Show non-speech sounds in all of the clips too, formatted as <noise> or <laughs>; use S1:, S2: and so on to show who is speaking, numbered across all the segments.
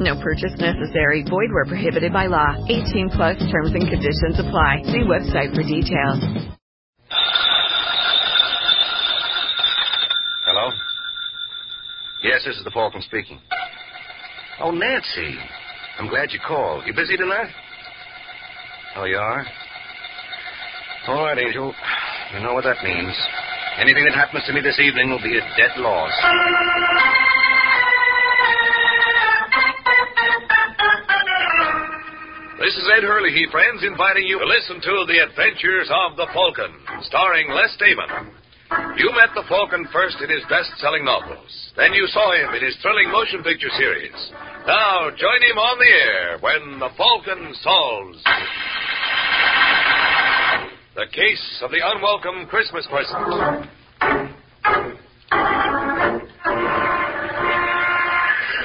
S1: No purchase necessary. Void where prohibited by law. 18 plus terms and conditions apply. See website for details.
S2: Hello?
S3: Yes, this is the Falcon speaking.
S2: Oh, Nancy. I'm glad you called. You busy tonight? Oh, you are? All right, Angel. You know what that means. Anything that happens to me this evening will be a dead loss.
S4: This is Ed Hurley, friends, inviting you to listen to The Adventures of the Falcon, starring Les Damon. You met the Falcon first in his best selling novels. Then you saw him in his thrilling motion picture series. Now join him on the air when the Falcon solves the case of the unwelcome Christmas present.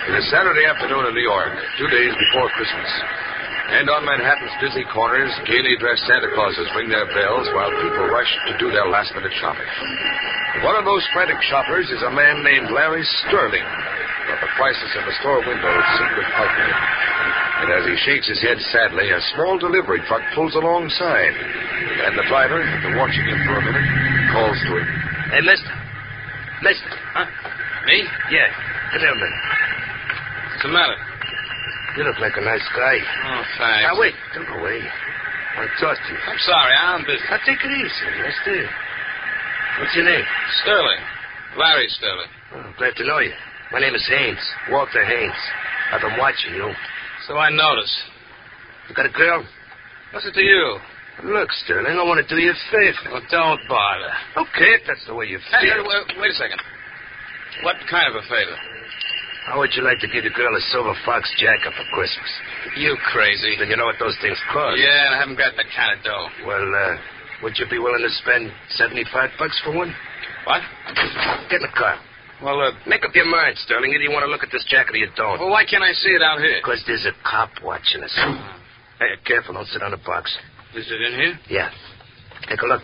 S2: It is Saturday afternoon in New York, two days before Christmas. And on Manhattan's busy corners, gaily dressed Santa Clauses ring their bells while people rush to do their last minute shopping. One of those frantic shoppers is a man named Larry Sterling, but the crisis in the store window is secret partner. And as he shakes his head sadly, a small delivery truck pulls alongside. And the driver, after watching him for a minute, calls to him.
S4: Hey, listen. Listen. Huh?
S2: Me?
S4: Yeah.
S2: Get down there.
S4: What's the matter?
S2: You look like a nice guy.
S4: Oh, thanks.
S2: Now, wait. Don't go away. I trust you.
S4: I'm sorry. I'm busy.
S2: Now, take it easy. Let's do it. What's your name?
S4: Sterling. Larry Sterling.
S2: Oh, glad to know you. My name is Haynes. Walter Haynes. I've been watching you.
S4: So I notice.
S2: You got a girl?
S4: What's it to you?
S2: Look, Sterling, I want to do you a favor.
S4: Well, don't bother.
S2: Okay, if that's the way you feel.
S4: Hey, uh, wait, wait a second. What kind of a favor?
S2: How would you like to give your girl a silver fox jacket for Christmas?
S4: You crazy.
S2: Then you know what those things cost.
S4: Yeah, and I haven't got that kind of dough.
S2: Well, uh, would you be willing to spend 75 bucks for one?
S4: What?
S2: Get in the car.
S4: Well, uh,
S2: Make up your mind, Sterling. Either you want to look at this jacket or you don't.
S4: well, why can't I see it out here?
S2: Because there's a cop watching
S4: <clears throat>
S2: us. Hey, careful. Don't sit on the box.
S4: Is it in here?
S2: Yeah. Take a look.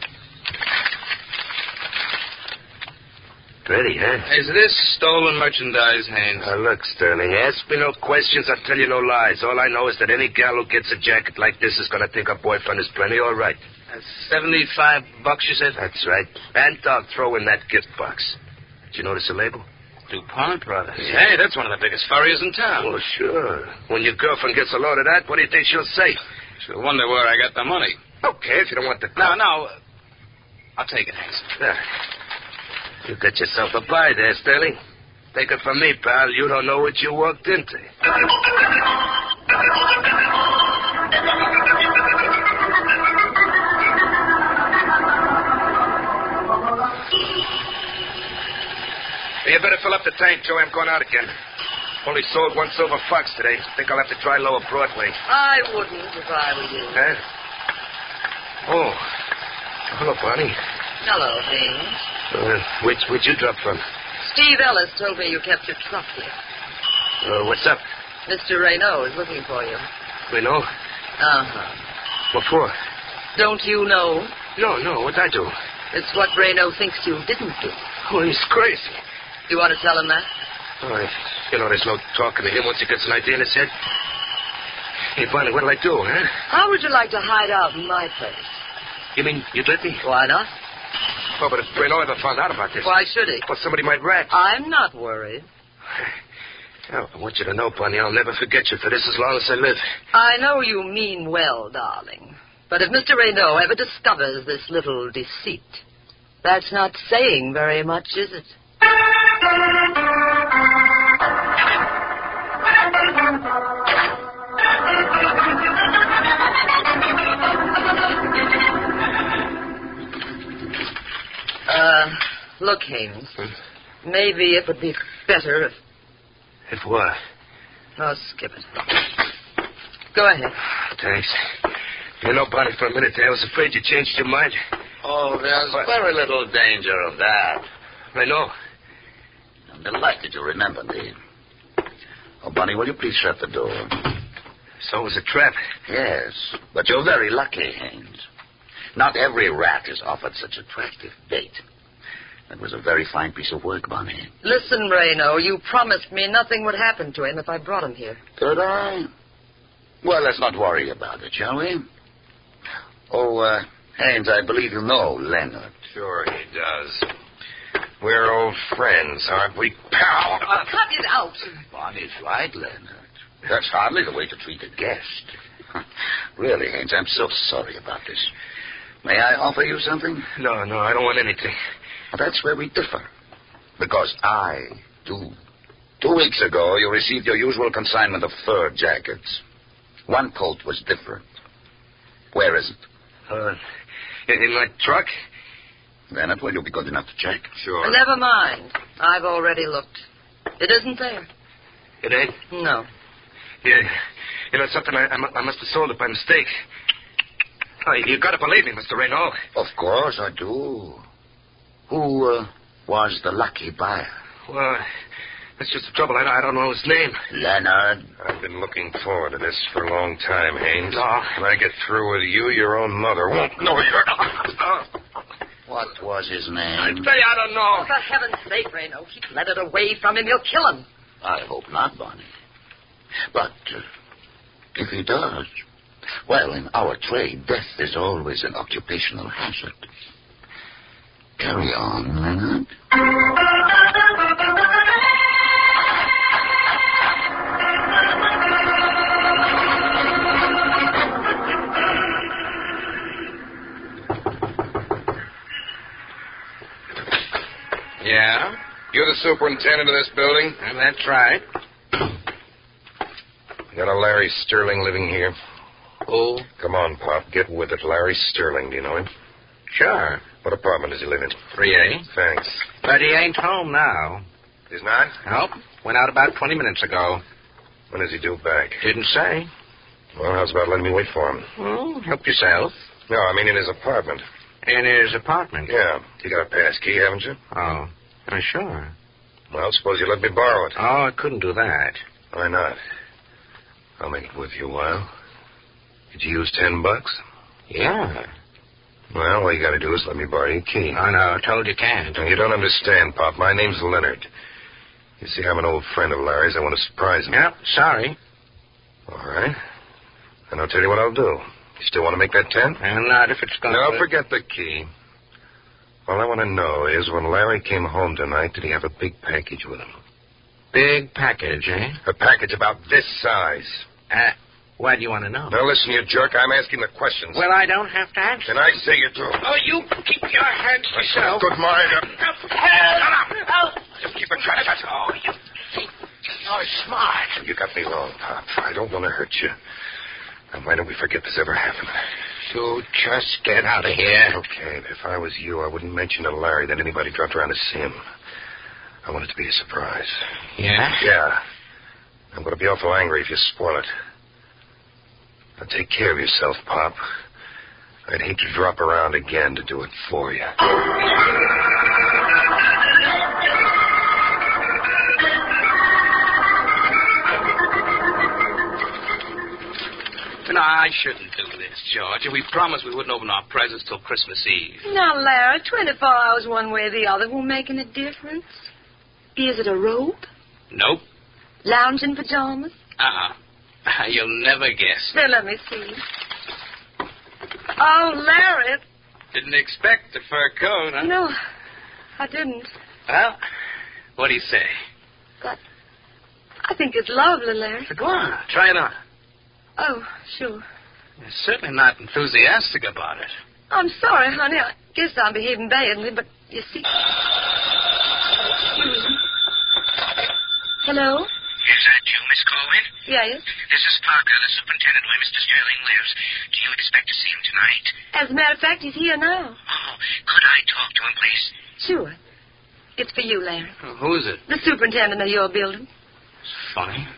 S2: Pretty, huh?
S4: Is this stolen merchandise, Haynes?
S2: Now, Uh, look, Sterling, ask me no questions. I'll tell you no lies. All I know is that any gal who gets a jacket like this is going to think her boyfriend is plenty all right.
S4: Uh, 75 bucks, you said?
S2: That's right. And I'll throw in that gift box. Did you notice the label?
S4: DuPont Brothers.
S2: Yeah.
S4: Hey, that's one of the biggest furriers in town.
S2: Oh, sure. When your girlfriend gets a load of that, what do you think she'll say?
S4: She'll wonder where I got the money.
S2: Okay, if you don't want the
S4: No,
S2: cop.
S4: no. uh, I'll take it, Haynes.
S2: There. You got yourself a buy there, Sterling. Take it from me, pal. You don't know what you walked into. You better fill up the tank, Joey. I'm going out again. Only sold one silver fox today. Think I'll have to try lower Broadway.
S1: I wouldn't if I were you.
S2: Huh? Oh. Hello, Bonnie.
S1: Hello, James.
S2: Uh, which, where'd you drop from?
S1: Steve Ellis told me you kept your truck here.
S2: Uh, what's up?
S1: Mr. Raynaud is looking for you.
S2: We know.
S1: Uh-huh.
S2: What for?
S1: Don't you know?
S2: No, no. What'd I do?
S1: It's what Raynaud thinks you didn't do.
S2: Oh, he's crazy.
S1: You want to tell him that?
S2: Oh, you know, there's no talking to him once he gets an idea in his head. Hey, Bonnie, what'll I do, huh?
S1: How would you like to hide out in my place?
S2: You mean you'd let me?
S1: Why not?
S2: Oh, but if Bruno ever found out about this,
S1: Why should he?
S2: well, somebody might rat.
S1: I'm not worried.
S2: Oh, I want you to know, Bonnie, I'll never forget you for this as long as I live.
S1: I know you mean well, darling. But if Mr. Raynaud ever discovers this little deceit, that's not saying very much, is it? Uh, look, Hames. Maybe it would be better if.
S2: It was.
S1: Oh, skip it. Go ahead.
S2: Thanks. You know, Bonnie, for a minute there, I was afraid you changed your mind.
S5: Oh, there's
S2: What?
S5: very little danger of that.
S2: I know.
S5: I'm delighted you remember me. Oh, Bunny, will you please shut the door?
S2: So it was a trap.
S5: Yes, but you're very lucky, Haines. Not every rat is offered such attractive bait. That was a very fine piece of work, Bunny.
S1: Listen, Reno, you promised me nothing would happen to him if I brought him here.
S5: Did I? Well, let's not worry about it, shall we? Oh, uh, Haines, I believe you know Leonard.
S2: Sure he does. We're old friends, aren't we? Pal!
S4: Uh,
S1: cut it out.
S5: Bonnie's right, Leonard. That's hardly the way to treat a guest. really, Haines, I'm so sorry about this. May I offer you something?
S2: No, no, I don't want anything.
S5: Well, that's where we differ. Because I do. Two weeks ago, you received your usual consignment of fur jackets. One coat was different. Where is it?
S2: Uh, in, in my truck?
S5: Leonard, will you be good enough to check?
S2: Sure.
S1: Never mind. I've already looked. It isn't there.
S2: It ain't?
S1: No.
S2: Yeah. You know, it's something I, I, mu- I must have sold it by mistake. Oh, you gotta believe me, Mr. Raynaud.
S5: Of course I do. Who uh, was the lucky buyer?
S2: Well, that's just the trouble. I, I don't know his name.
S5: Leonard.
S2: I've been looking forward to this for a long time, Haines. When I get through with you, your own mother won't know you're.
S5: What was his
S2: <laughs> I
S5: name?
S2: say I don't know.
S1: Oh, For heaven's sake, Reno, keep Leonard away from him. He'll kill him.
S5: I hope not, Bonnie. But uh, if he does, well, in our trade, death is always an occupational hazard. Carry on, Leonard.
S6: Yeah? You're the superintendent of this building?
S2: And Uh, that's right. Got a Larry Sterling living here.
S6: Oh.
S2: Come on, Pop. Get with it. Larry Sterling. Do you know him?
S6: Sure.
S2: What apartment does he live in?
S6: 3A.
S2: Thanks.
S6: But he ain't home now.
S2: He's not?
S6: Nope. Went out about 20 minutes ago.
S2: When is he due back?
S6: Didn't say.
S2: Well, how's about letting me wait for him?
S6: Well, help yourself.
S2: No, I mean in his apartment.
S6: In his apartment.
S2: Yeah. You got a passkey, haven't you?
S6: Oh. Uh, sure.
S2: Well, suppose you let me borrow it.
S6: Oh, I couldn't do that.
S2: Why not? I'll make it worth your while. Did you use ten bucks?
S6: Yeah.
S2: Well, all you gotta do is let me borrow your key.
S6: No, no, told you can't.
S2: Now, you don't understand, Pop. My name's Leonard. You see, I'm an old friend of Larry's. I want to surprise him.
S6: Yep, sorry.
S2: All right. Then I'll tell you what I'll do. You still want to make that ten?
S6: And not if it's going
S2: No, forget the key. All I want to know is when Larry came home tonight, did he have a big package with him?
S6: Big package, eh?
S2: A package about this size.
S6: Uh, why do you want to know?
S2: Now listen, you jerk. I'm asking the questions.
S6: Well, I don't have to answer.
S2: and I say you do.
S6: Oh, you keep your hands to yourself.
S2: Good mind.
S6: Help! Shut up!
S2: Just keep it shut. Oh, you. You're smart. You got me wrong, Pop. I don't want to hurt you. And why don't we forget this ever happened?
S6: You just get out of here.
S2: Okay, if I was you, I wouldn't mention to Larry that anybody dropped around to see him. I want it to be a surprise.
S6: Yeah?
S2: Yeah. I'm going to be awful angry if you spoil it. Now take care of yourself, Pop. I'd hate to drop around again to do it for you.
S4: No, I shouldn't do this, George. We promised we wouldn't open our presents till Christmas Eve.
S1: Now, Larry, 24 hours one way or the other will make any difference. Is it a robe?
S4: Nope.
S1: Lounging pajamas?
S4: Uh-uh. <laughs> You'll never guess.
S1: Here, let me see. Oh, Larry.
S4: Didn't expect the fur coat, huh?
S1: No, I didn't.
S4: Well, what do you say?
S1: I think it's lovely, Larry.
S4: Go on. Try it on.
S1: Oh, sure.
S4: They're certainly not enthusiastic about it.
S1: I'm sorry, honey. I guess I'm behaving badly, but you see. Hello?
S7: Is that you, Miss Colwyn?
S1: Yes.
S7: This is Parker, the superintendent where Mr. Sterling lives. Do you expect to see him tonight?
S1: As a matter of fact, he's here now.
S7: Oh, could I talk to him, please?
S1: Sure. It's for you, Larry.
S4: Oh, who is it?
S1: The superintendent of your building.
S4: Funny.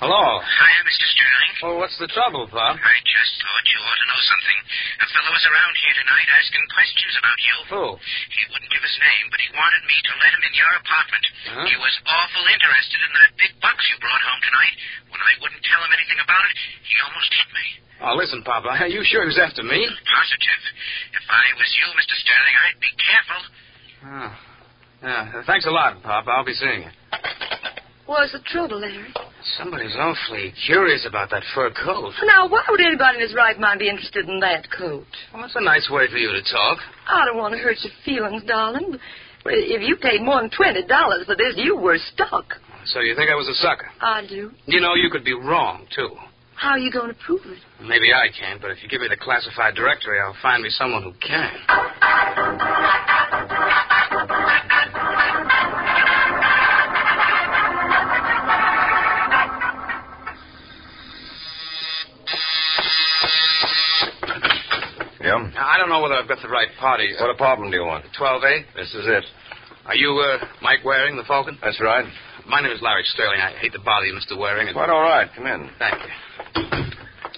S4: Hello.
S7: Hiya, Mr. Sterling.
S4: Well, what's the trouble, Pop?
S7: I just thought you ought to know something. A fellow was around here tonight asking questions about you.
S4: Who?
S7: He wouldn't give his name, but he wanted me to let him in your apartment.
S4: Huh?
S7: He was awful interested in that big box you brought home tonight. When I wouldn't tell him anything about it, he almost hit me.
S4: Oh, listen, Pop. Are you sure he was after me?
S7: Positive. If I was you, Mr. Sterling, I'd be careful.
S4: Oh. Yeah. Ah, Thanks a lot, Pop. I'll be seeing you.
S1: What's the trouble, Larry?
S4: Somebody's awfully curious about that fur coat.
S1: Now, why would anybody in his right mind be interested in that coat?
S4: Well, that's a nice way for you to talk.
S1: I don't want to hurt your feelings, darling. But if you paid more than twenty dollars for this, you were stuck.
S4: So you think I was a sucker?
S1: I do.
S4: You know, you could be wrong, too.
S1: How are you going to prove it?
S4: Maybe I can, but if you give me the classified directory, I'll find me someone who can.
S2: Yeah?
S4: Now, I don't know whether I've got the right party.
S2: What apartment do you want?
S4: 12A?
S2: This is it.
S4: Are you, uh, Mike Waring, the Falcon?
S2: That's right.
S4: My name is Larry Sterling. I hate to bother you, Mr. Waring. and-
S2: Quite all right. Come in.
S4: Thank you.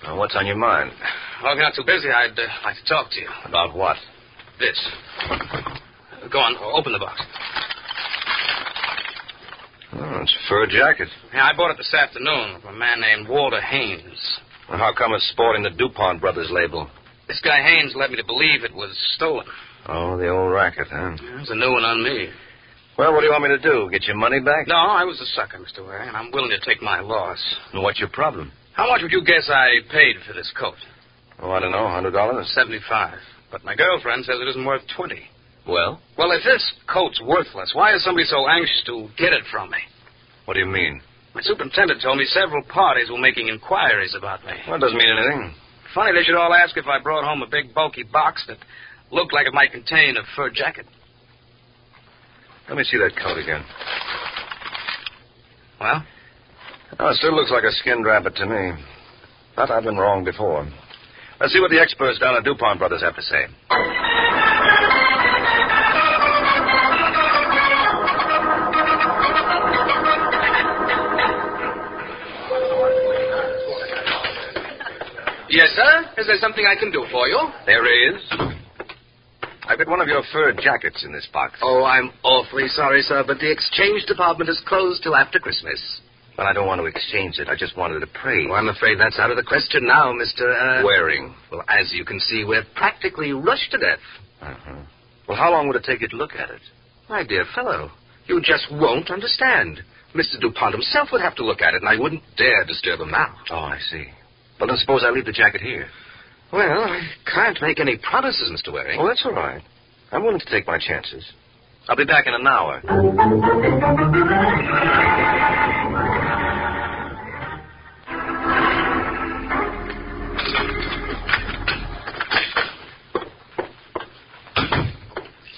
S2: Now, what's on your mind?
S4: Well, if you're not too busy, I'd uh, like to talk to you.
S2: About what?
S4: This. Go on, open the box.
S2: Oh, it's a fur jacket.
S4: Yeah, I bought it this afternoon from a man named Walter Haynes.
S2: Well, how come it's sporting the DuPont brothers label?
S4: This guy Haynes led me to believe it was stolen.
S2: Oh, the old racket, huh?
S4: It was a new one on me.
S2: Well, what do you want me to do? Get your money back?
S4: No, I was a sucker, Mr. Waring, and I'm willing to take my loss.
S2: And what's your problem?
S4: How much would you guess I paid for this coat?
S2: Oh, I don't know. Hundred dollars?
S4: Seventy-five. But my girlfriend says it isn't worth twenty.
S2: Well?
S4: Well, if this coat's worthless, why is somebody so anxious to get it from me?
S2: What do you mean?
S4: My superintendent told me several parties were making inquiries about me.
S2: Well, it doesn't mean anything.
S4: Funny they should all ask if I brought home a big bulky box that looked like it might contain a fur jacket.
S2: Let me see that coat again.
S4: Well,
S2: Oh, it still looks like a skin rabbit to me. But I've been wrong before. Let's see what the experts down at DuPont Brothers have to say.
S4: yes, sir. Is there something I can do for you?
S2: There is. I've got one of your fur jackets in this box.
S4: Oh, I'm awfully sorry, sir, but the exchange department is closed till after Christmas.
S2: Well, I don't want to exchange it. I just wanted to pray.
S4: Well, I'm afraid that's out of the question now, Mr. Uh...
S2: Waring.
S4: Well, as you can see, we're practically rushed to death.
S2: Uh-huh. Well, how long would it take you to look at it?
S4: My dear fellow, you just won't understand. Mr. DuPont himself would have to look at it, and I wouldn't dare disturb him now.
S2: Oh, I see. Well, then suppose I leave the jacket here.
S4: Well, I can't make any promises, Mr. Waring.
S2: Oh, that's all right. I'm willing to take my chances. I'll be back in an hour.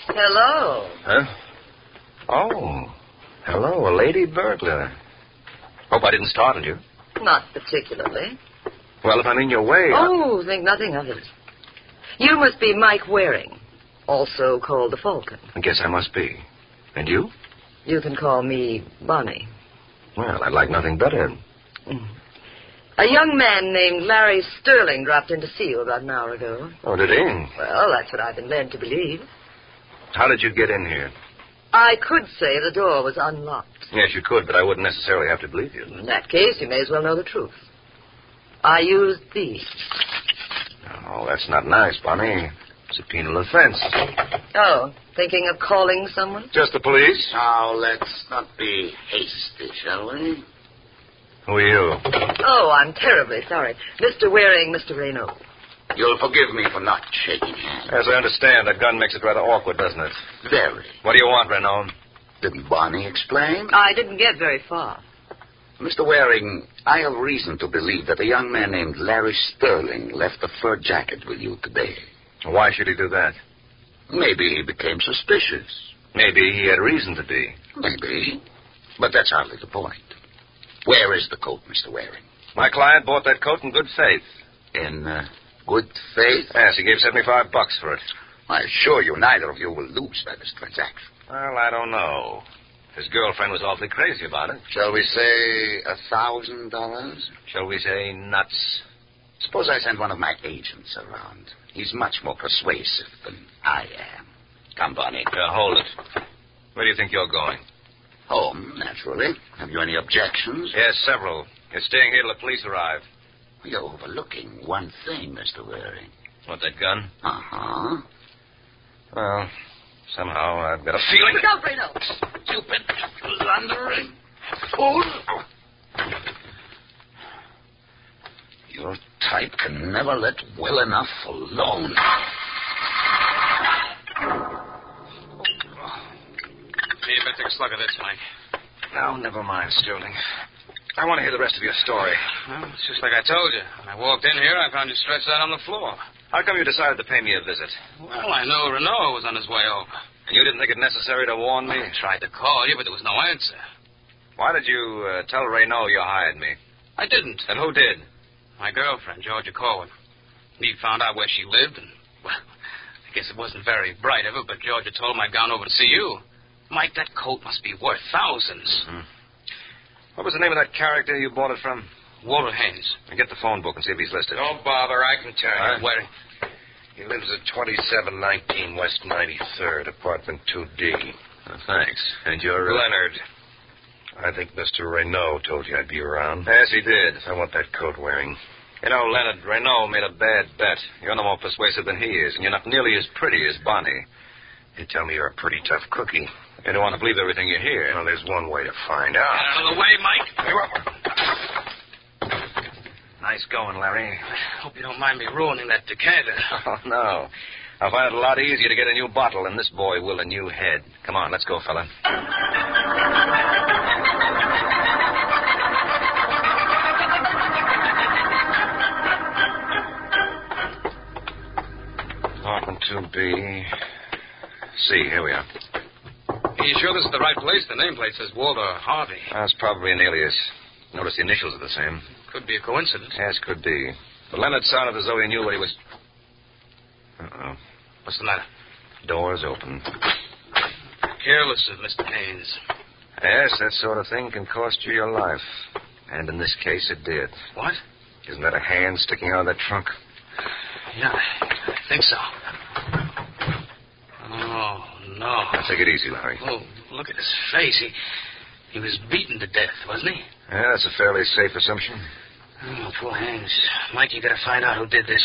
S1: Hello.
S2: Huh? Oh. Hello, a lady burglar. Hope I didn't startle you.
S1: Not particularly.
S2: Well, if I'm in your way. I-
S1: Oh, think nothing of it. You must be Mike Waring, also called the Falcon.
S2: I guess I must be. And you?
S1: You can call me Bonnie.
S2: Well, I'd like nothing better.
S1: Mm. A young man named Larry Sterling dropped in to see you about an hour ago.
S2: Oh, did he?
S1: Well, that's what I've been led to believe.
S2: How did you get in here?
S1: I could say the door was unlocked.
S2: Yes, you could, but I wouldn't necessarily have to believe you.
S1: In that case, you may as well know the truth. I used these.
S2: Oh, that's not nice, Bonnie. It's a penal offense.
S1: Oh, thinking of calling someone?
S2: Just the police?
S5: Now, let's not be hasty, shall we?
S2: Who are you?
S1: Oh, I'm terribly sorry. Mr. Waring, Mr. Reno.
S5: You'll forgive me for not shaking hands.
S2: As I understand, that gun makes it rather awkward, doesn't it?
S5: Very.
S2: What do you want, Renault?
S1: Uh,
S5: Didn't Bonnie explain?
S1: I didn't get very far.
S8: Mr. Waring, I have reason to believe that a young man named Larry Sterling left a fur jacket with you today.
S2: Why should he do that?
S8: Maybe he became suspicious.
S2: Maybe he had reason to be.
S8: Maybe. But that's hardly the point. Where is the coat, Mr. Waring?
S2: My client bought that coat in good faith.
S8: In uh, good faith?
S2: Yes, he gave 75 bucks for it.
S8: I assure you, neither of you will lose by this transaction.
S2: Well, I don't know. His girlfriend was awfully crazy about it.
S8: Shall we say a thousand dollars?
S2: Shall we say nuts?
S8: Suppose I send one of my agents around. He's much more persuasive than I am. Come, Bonnie.
S2: Uh, hold it. Where do you think you're going?
S8: Home, naturally. Have you any objections?
S2: Yes, several. You're staying here till the police arrive.
S8: You're overlooking one thing, Mr. Waring.
S2: What, that gun?
S8: Uh huh.
S2: Well, somehow I've got a feeling.
S9: Look out, Reno.
S8: Stupid, blundering fool. Your type can never let well enough alone.
S4: Maybe I take a slug of this, Mike.
S2: Now, never mind, Sterling. I want to hear the rest of your story.
S4: Well, it's just like I told you. When I walked in here, I found you stretched out on the floor.
S2: How come you decided to pay me a visit?
S4: Well, I know Renault was on his way over.
S2: And you didn't think it necessary to warn me?
S4: I tried to call you, but there was no answer.
S2: Why did you uh, tell Renault you hired me?
S4: I didn't.
S2: And who did?
S4: My girlfriend, Georgia Corwin. He found out where she lived, and, well, I guess it wasn't very bright of her, but Georgia told him I'd gone over to see you. Mike, that coat must be worth 1000s
S2: Mhm. What was the name of that character you bought it from?
S4: Walter Haynes.
S2: And get the phone book and see if he's listed.
S10: Don't bother. I can tell
S2: All
S10: you.
S2: right.
S4: Where?
S10: He lives at 2719 West 93rd, apartment 2D.
S2: Uh, thanks. And you're... Uh...
S10: Leonard. I think Mr. Renault told you I'd be around.
S2: Yes, he did.
S10: I want that coat wearing.
S2: You know, Leonard, Renault made a bad bet. You're no more persuasive than he is, and you're not nearly as pretty as Bonnie.
S10: You tell me you're a pretty tough cookie.
S2: You don't want to believe everything you hear.
S10: Well, there's one way to find
S4: Get
S10: out.
S4: out of the way, Mike.
S2: Nice going, Larry.
S4: Hope you don't mind me ruining that
S2: <laughs>
S4: decanter.
S2: Oh, no. I find it a lot easier to get a new bottle than this boy will a new head. Come on, let's go, fella.
S10: Apartment 2B. See, here we are.
S4: Are you sure this is the right place? The nameplate says Walter Harvey.
S2: That's probably an alias. Notice the initials are the same.
S4: Could be a coincidence.
S2: Yes, could be. But Leonard sounded as though he knew what he was. Uh-oh.
S4: What's the matter?
S2: Door's open.
S4: Careless of Mr. Haynes.
S2: Yes, that sort of thing can cost you your life. And in this case, it did.
S4: What?
S2: Isn't that a hand sticking out of that trunk?
S4: Yeah, I think so. Oh, no.
S2: Take it easy, Larry.
S4: Oh, look at his face. He, he was beaten to death, wasn't he?
S2: Yeah, that's a fairly safe assumption.
S4: Oh, poor Haynes. Mike, you gotta find out who did this.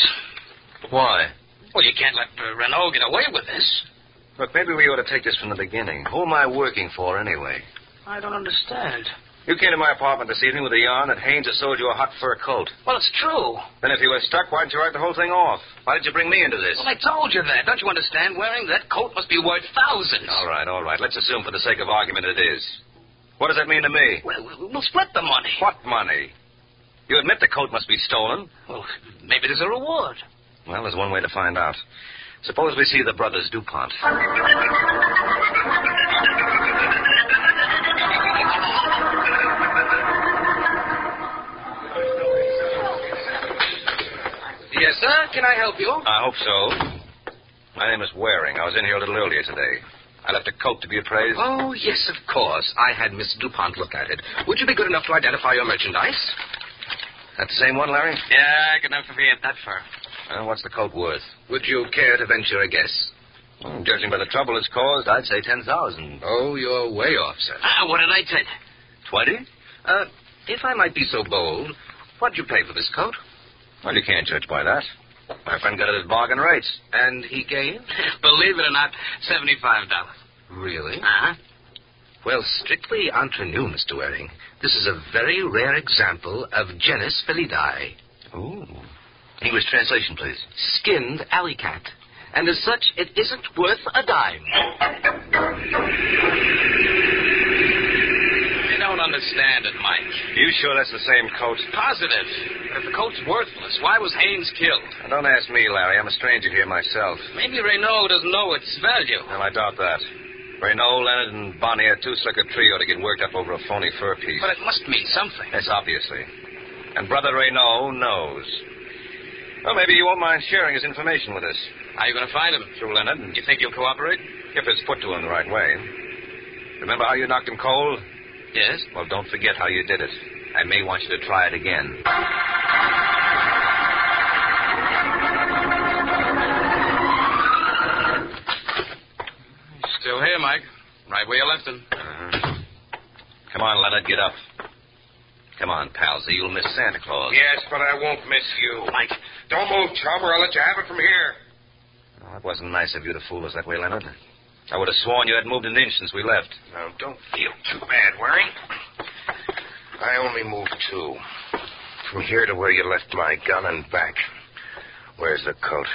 S2: Why?
S4: Well, you can't let uh, Renault get away with this.
S2: Look, maybe we ought to take this from the beginning. Who am I working for, anyway?
S4: I don't understand.
S2: You came to my apartment this evening with a yarn that Haynes had sold you a hot fur coat.
S4: Well, it's true.
S2: Then if you were stuck, why didn't you write the whole thing off? Why did you bring me into this?
S4: Well, I told you that. Don't you understand? Wearing that coat must be worth thousands.
S2: All right, all right. Let's assume for the sake of argument it is. What does that mean to me?
S4: Well, we'll- we'll split the money.
S2: What money? You admit the coat must be stolen.
S4: Well, maybe there's a reward.
S2: Well, there's one way to find out. Suppose we see the brothers DuPont.
S4: Yes, sir. Can I help you?
S2: I hope so. My name is Waring. I was in here a little earlier today. I left a coat to be appraised.
S10: Oh, yes, of course. I had Miss DuPont look at it. Would you be good enough to identify your merchandise?
S2: That the same one, Larry?
S4: Yeah, good enough for me at that far.
S2: Uh, what's the coat worth?
S10: Would you care to venture a guess?
S2: Well, Hmm, judging by the trouble it's caused, I'd say ten thousand.
S10: Oh, you're way off, sir.
S4: Ah, what did I tell you?
S2: Twenty?
S10: Uh, if I might be so bold, what'd you pay for this coat?
S2: Well, you can't judge by that. My friend got it at bargain rates.
S10: And he gave?
S4: Believe it or not, seventy-five dollars.
S10: Really?
S4: Uh-huh.
S10: Well, strictly entre nous, Mr. Waring, this is a very rare example of genus felidae,
S2: Ooh. English translation, please.
S10: skinned alley cat. And as such, it isn't worth a dime.
S4: You don't understand. Good standard, Mike.
S2: You sure that's the same coat?
S4: Positive. But the coat's worthless. Why was Haynes killed?
S2: Now, Don't ask me, Larry. I'm a stranger here myself.
S4: Maybe Renault doesn't know its value.
S2: Well, I doubt that. Renault, Leonard, and Bonnie are too slick a trio to get worked up over a phony fur piece.
S4: But it must mean something.
S2: Yes, obviously. And Brother Renault knows. Well, maybe you won't mind sharing his information with us.
S4: How are you going to find him?
S2: Through Leonard.
S10: Mm-hmm.
S4: You think he'll cooperate?
S2: If it's put to him the right way. Remember how you knocked him cold?
S4: Yes.
S2: Well, don't forget how you did it. I may want you to try it again.
S4: Still here, Mike. Right where you left him.
S2: Uh-huh. Come on, Leonard, get up. Come on, Palsy. You'll miss Santa Claus.
S11: Yes, but I won't miss you. Mike. Don't move, chum, or I'll let you have it from here.
S2: Oh, that wasn't nice of you to fool us that way, Leonard. I would have sworn you had moved an inch since we left.
S11: Now, don't feel too bad, Waring. I only moved two. From here to where you left my gun and back. Where's the coat?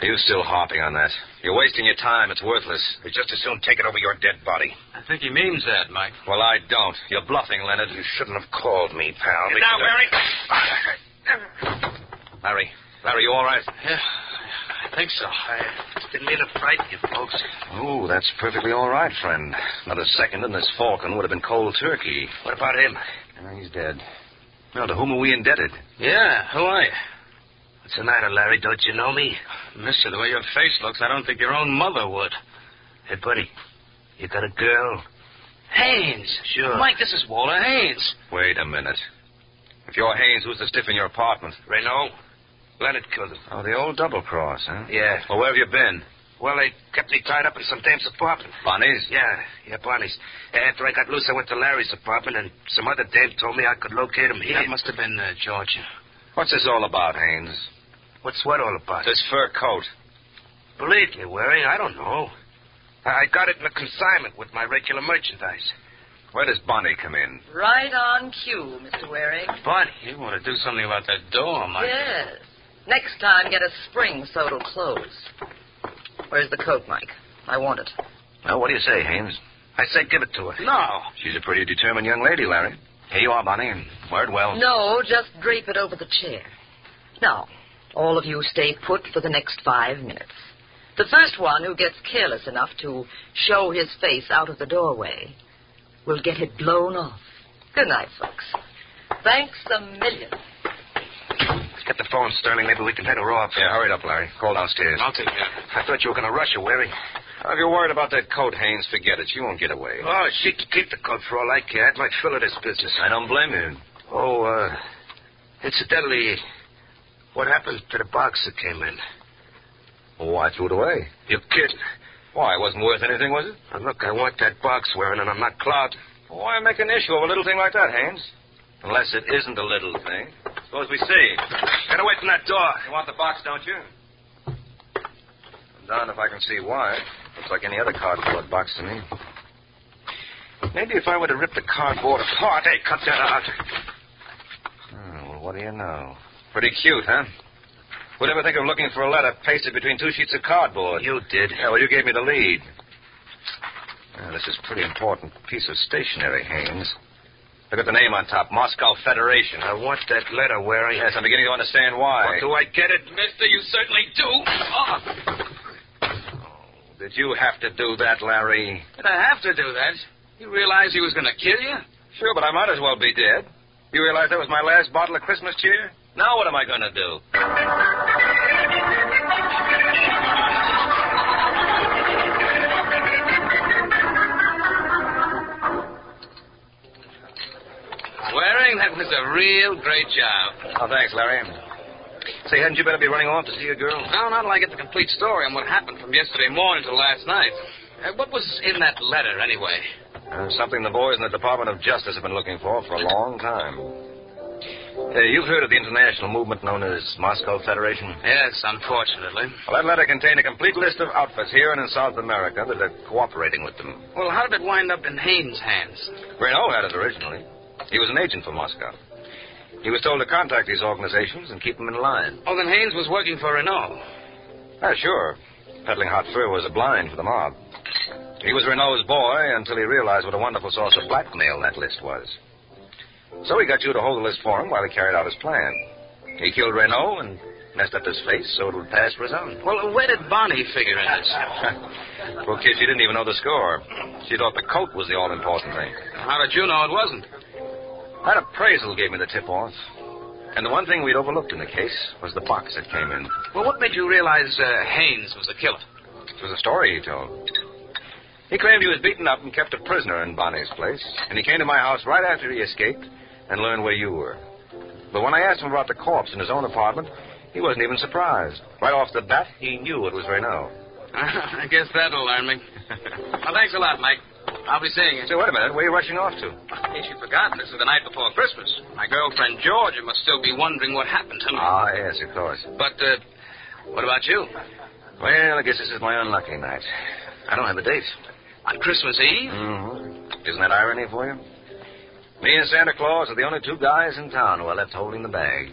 S2: Are you still harping on that? You're wasting your time. It's worthless.
S11: We just as soon take it over your dead body.
S4: I think he means that, Mike.
S2: Well, I don't. You're bluffing, Leonard.
S11: You shouldn't have called me, pal.
S4: Now, Larry.
S2: Larry. Larry, you all right?
S4: Yeah, I think so. I didn't mean to frighten you folks.
S2: Oh, that's perfectly all right, friend. Another second, and this Falcon would have been cold turkey.
S11: What about him?
S2: Uh, he's dead. Now, to whom are we indebted?
S4: Yeah, who are you?
S11: What's the matter, Larry? Don't you know me?
S4: Mister, the way your face looks, I don't think your own mother would.
S11: Hey, buddy. You got a girl?
S4: Haynes.
S11: Sure.
S4: Mike, this is Walter Haynes.
S2: Wait a minute. If you're Haynes, who's the stiff in your apartment?
S11: Renault? Leonard killed him.
S2: Oh, the old double cross, huh?
S11: Yeah.
S2: Well, where have you been?
S11: Well, they kept me tied up in some dame's apartment.
S2: Bonnie's?
S11: Yeah, yeah, Bonnie's. After I got loose, I went to Larry's apartment, and some other dame told me I could locate him here.
S4: That must have been uh, Georgia.
S2: What's this all about, Haynes?
S11: What's what all about?
S2: This fur coat.
S11: Believe me, Waring, I don't know. I I got it in a consignment with my regular merchandise.
S2: Where does Bonnie come in?
S1: Right on cue, Mr. Waring.
S11: Bonnie?
S4: You want to do something about that door, Mike.
S1: Yes. Next time, get a spring so it'll close. Where's the coat, Mike? I want it.
S2: Well, what do you say, Haynes?
S11: I said give it to her.
S4: No.
S2: She's a pretty determined young lady, Larry. Here you are, Bonnie, and word well.
S1: No, just drape it over the chair. Now, all of you stay put for the next five minutes. The first one who gets careless enough to show his face out of the doorway will get it blown off. Good night, folks. Thanks a million.
S11: Get the phone, Sterling. Maybe we can head her off.
S2: Yeah, hurry it up, Larry. Call downstairs.
S4: I'll take care of it.
S11: I thought you were going to rush her, Waring.
S2: Now, if you're worried about that coat, Haynes, forget it. She won't get away.
S11: Oh, she can keep the coat for all I care. It might fill of this business.
S2: I don't blame you.
S11: Oh, uh, incidentally, what happened to the box that came in?
S2: Oh, I threw it away.
S11: You're kidding.
S2: Why, it wasn't worth anything, was it?
S11: Now, look, I want that box, Waring, and I'm not clouded.
S2: Why make an issue of a little thing like that, Haynes? Unless it isn't a little thing. Suppose we see.
S4: <laughs>
S11: Get away from that door.
S2: You want the box, don't you? I'm darned if I can see why. Looks like any other cardboard box to me. Maybe if I were to rip the cardboard apart.
S11: Hey, cut that out.
S2: Oh, well, what do you know? Pretty cute, huh? Who'd ever think of looking for a letter pasted between two sheets of cardboard?
S11: You did.
S2: Yeah, well, you gave me the lead. Now, this is a pretty important piece of stationery, Haynes. Look at the name on top Moscow Federation.
S11: I want that letter, Waring.
S2: Yes, I'm beginning to understand why.
S11: Well, do I get it?
S4: Mister, you certainly do. Oh,
S2: Did you have to do that, Larry?
S4: did I have to do that? You realize he was going to kill you?
S2: Sure, but I might as well be dead. You realize that was my last bottle of Christmas cheer? Now what am I going to do?
S4: Waring, that was a real great job.
S2: Oh, thanks, Larry. Say, hadn't you better be running off to see your girl?
S4: Now, now that I get the complete story on what happened from yesterday morning to last night, uh, what was in that letter anyway?
S2: Uh, something the boys in the Department of Justice have been looking for for a long time. Uh, you've heard of the international movement known as Moscow Federation?
S4: Yes, unfortunately.
S2: Well, that letter contained a complete list of outfits here and in South America that are cooperating with them.
S4: Well, how did it wind up in Haynes' hands?
S2: Renault had it originally. He was an agent for Moscow. He was told to contact these organizations and keep them in line.
S4: Oh, then Haynes was working for Renault.
S2: Ah, sure. Peddling hot fur was a blind for the mob. He was Renault's boy until he realized what a wonderful source of blackmail that list was. So he got you to hold the list for him while he carried out his plan. He killed Renault and messed up his face so it would pass for his own.
S4: Well, where did Bonnie figure in
S2: <laughs>
S4: this?
S2: Poor kid, she didn't even know the score. She thought the coat was the all important thing.
S4: How did you know it wasn't?
S2: That appraisal gave me the tip off. And the one thing we'd overlooked in the case was the box that came in.
S4: Well, what made you realize uh, Haynes was the killer?
S2: It was a story he told. He claimed he was beaten up and kept a prisoner in Bonnie's place. And he came to my house right after he escaped and learned where you were. But when I asked him about the corpse in his own apartment, he wasn't even surprised. Right off the bat, he knew it was <laughs> Renault.
S4: <laughs> I guess that'll learn me. well, thanks a lot, Mike. I'll be seeing you.
S2: Say, wait a minute. Where are you rushing off to?
S4: In case you've forgotten, this is the night before Christmas. My girlfriend Georgia must still be wondering what happened to me.
S2: Ah, yes, of course.
S4: But uh, what about you?
S2: Well, I guess this is my unlucky night. I don't have a date.
S4: On Christmas Eve?
S2: Mm-hmm. Isn't that irony for you? Me and Santa Claus are the only two guys in town who are left holding the bag.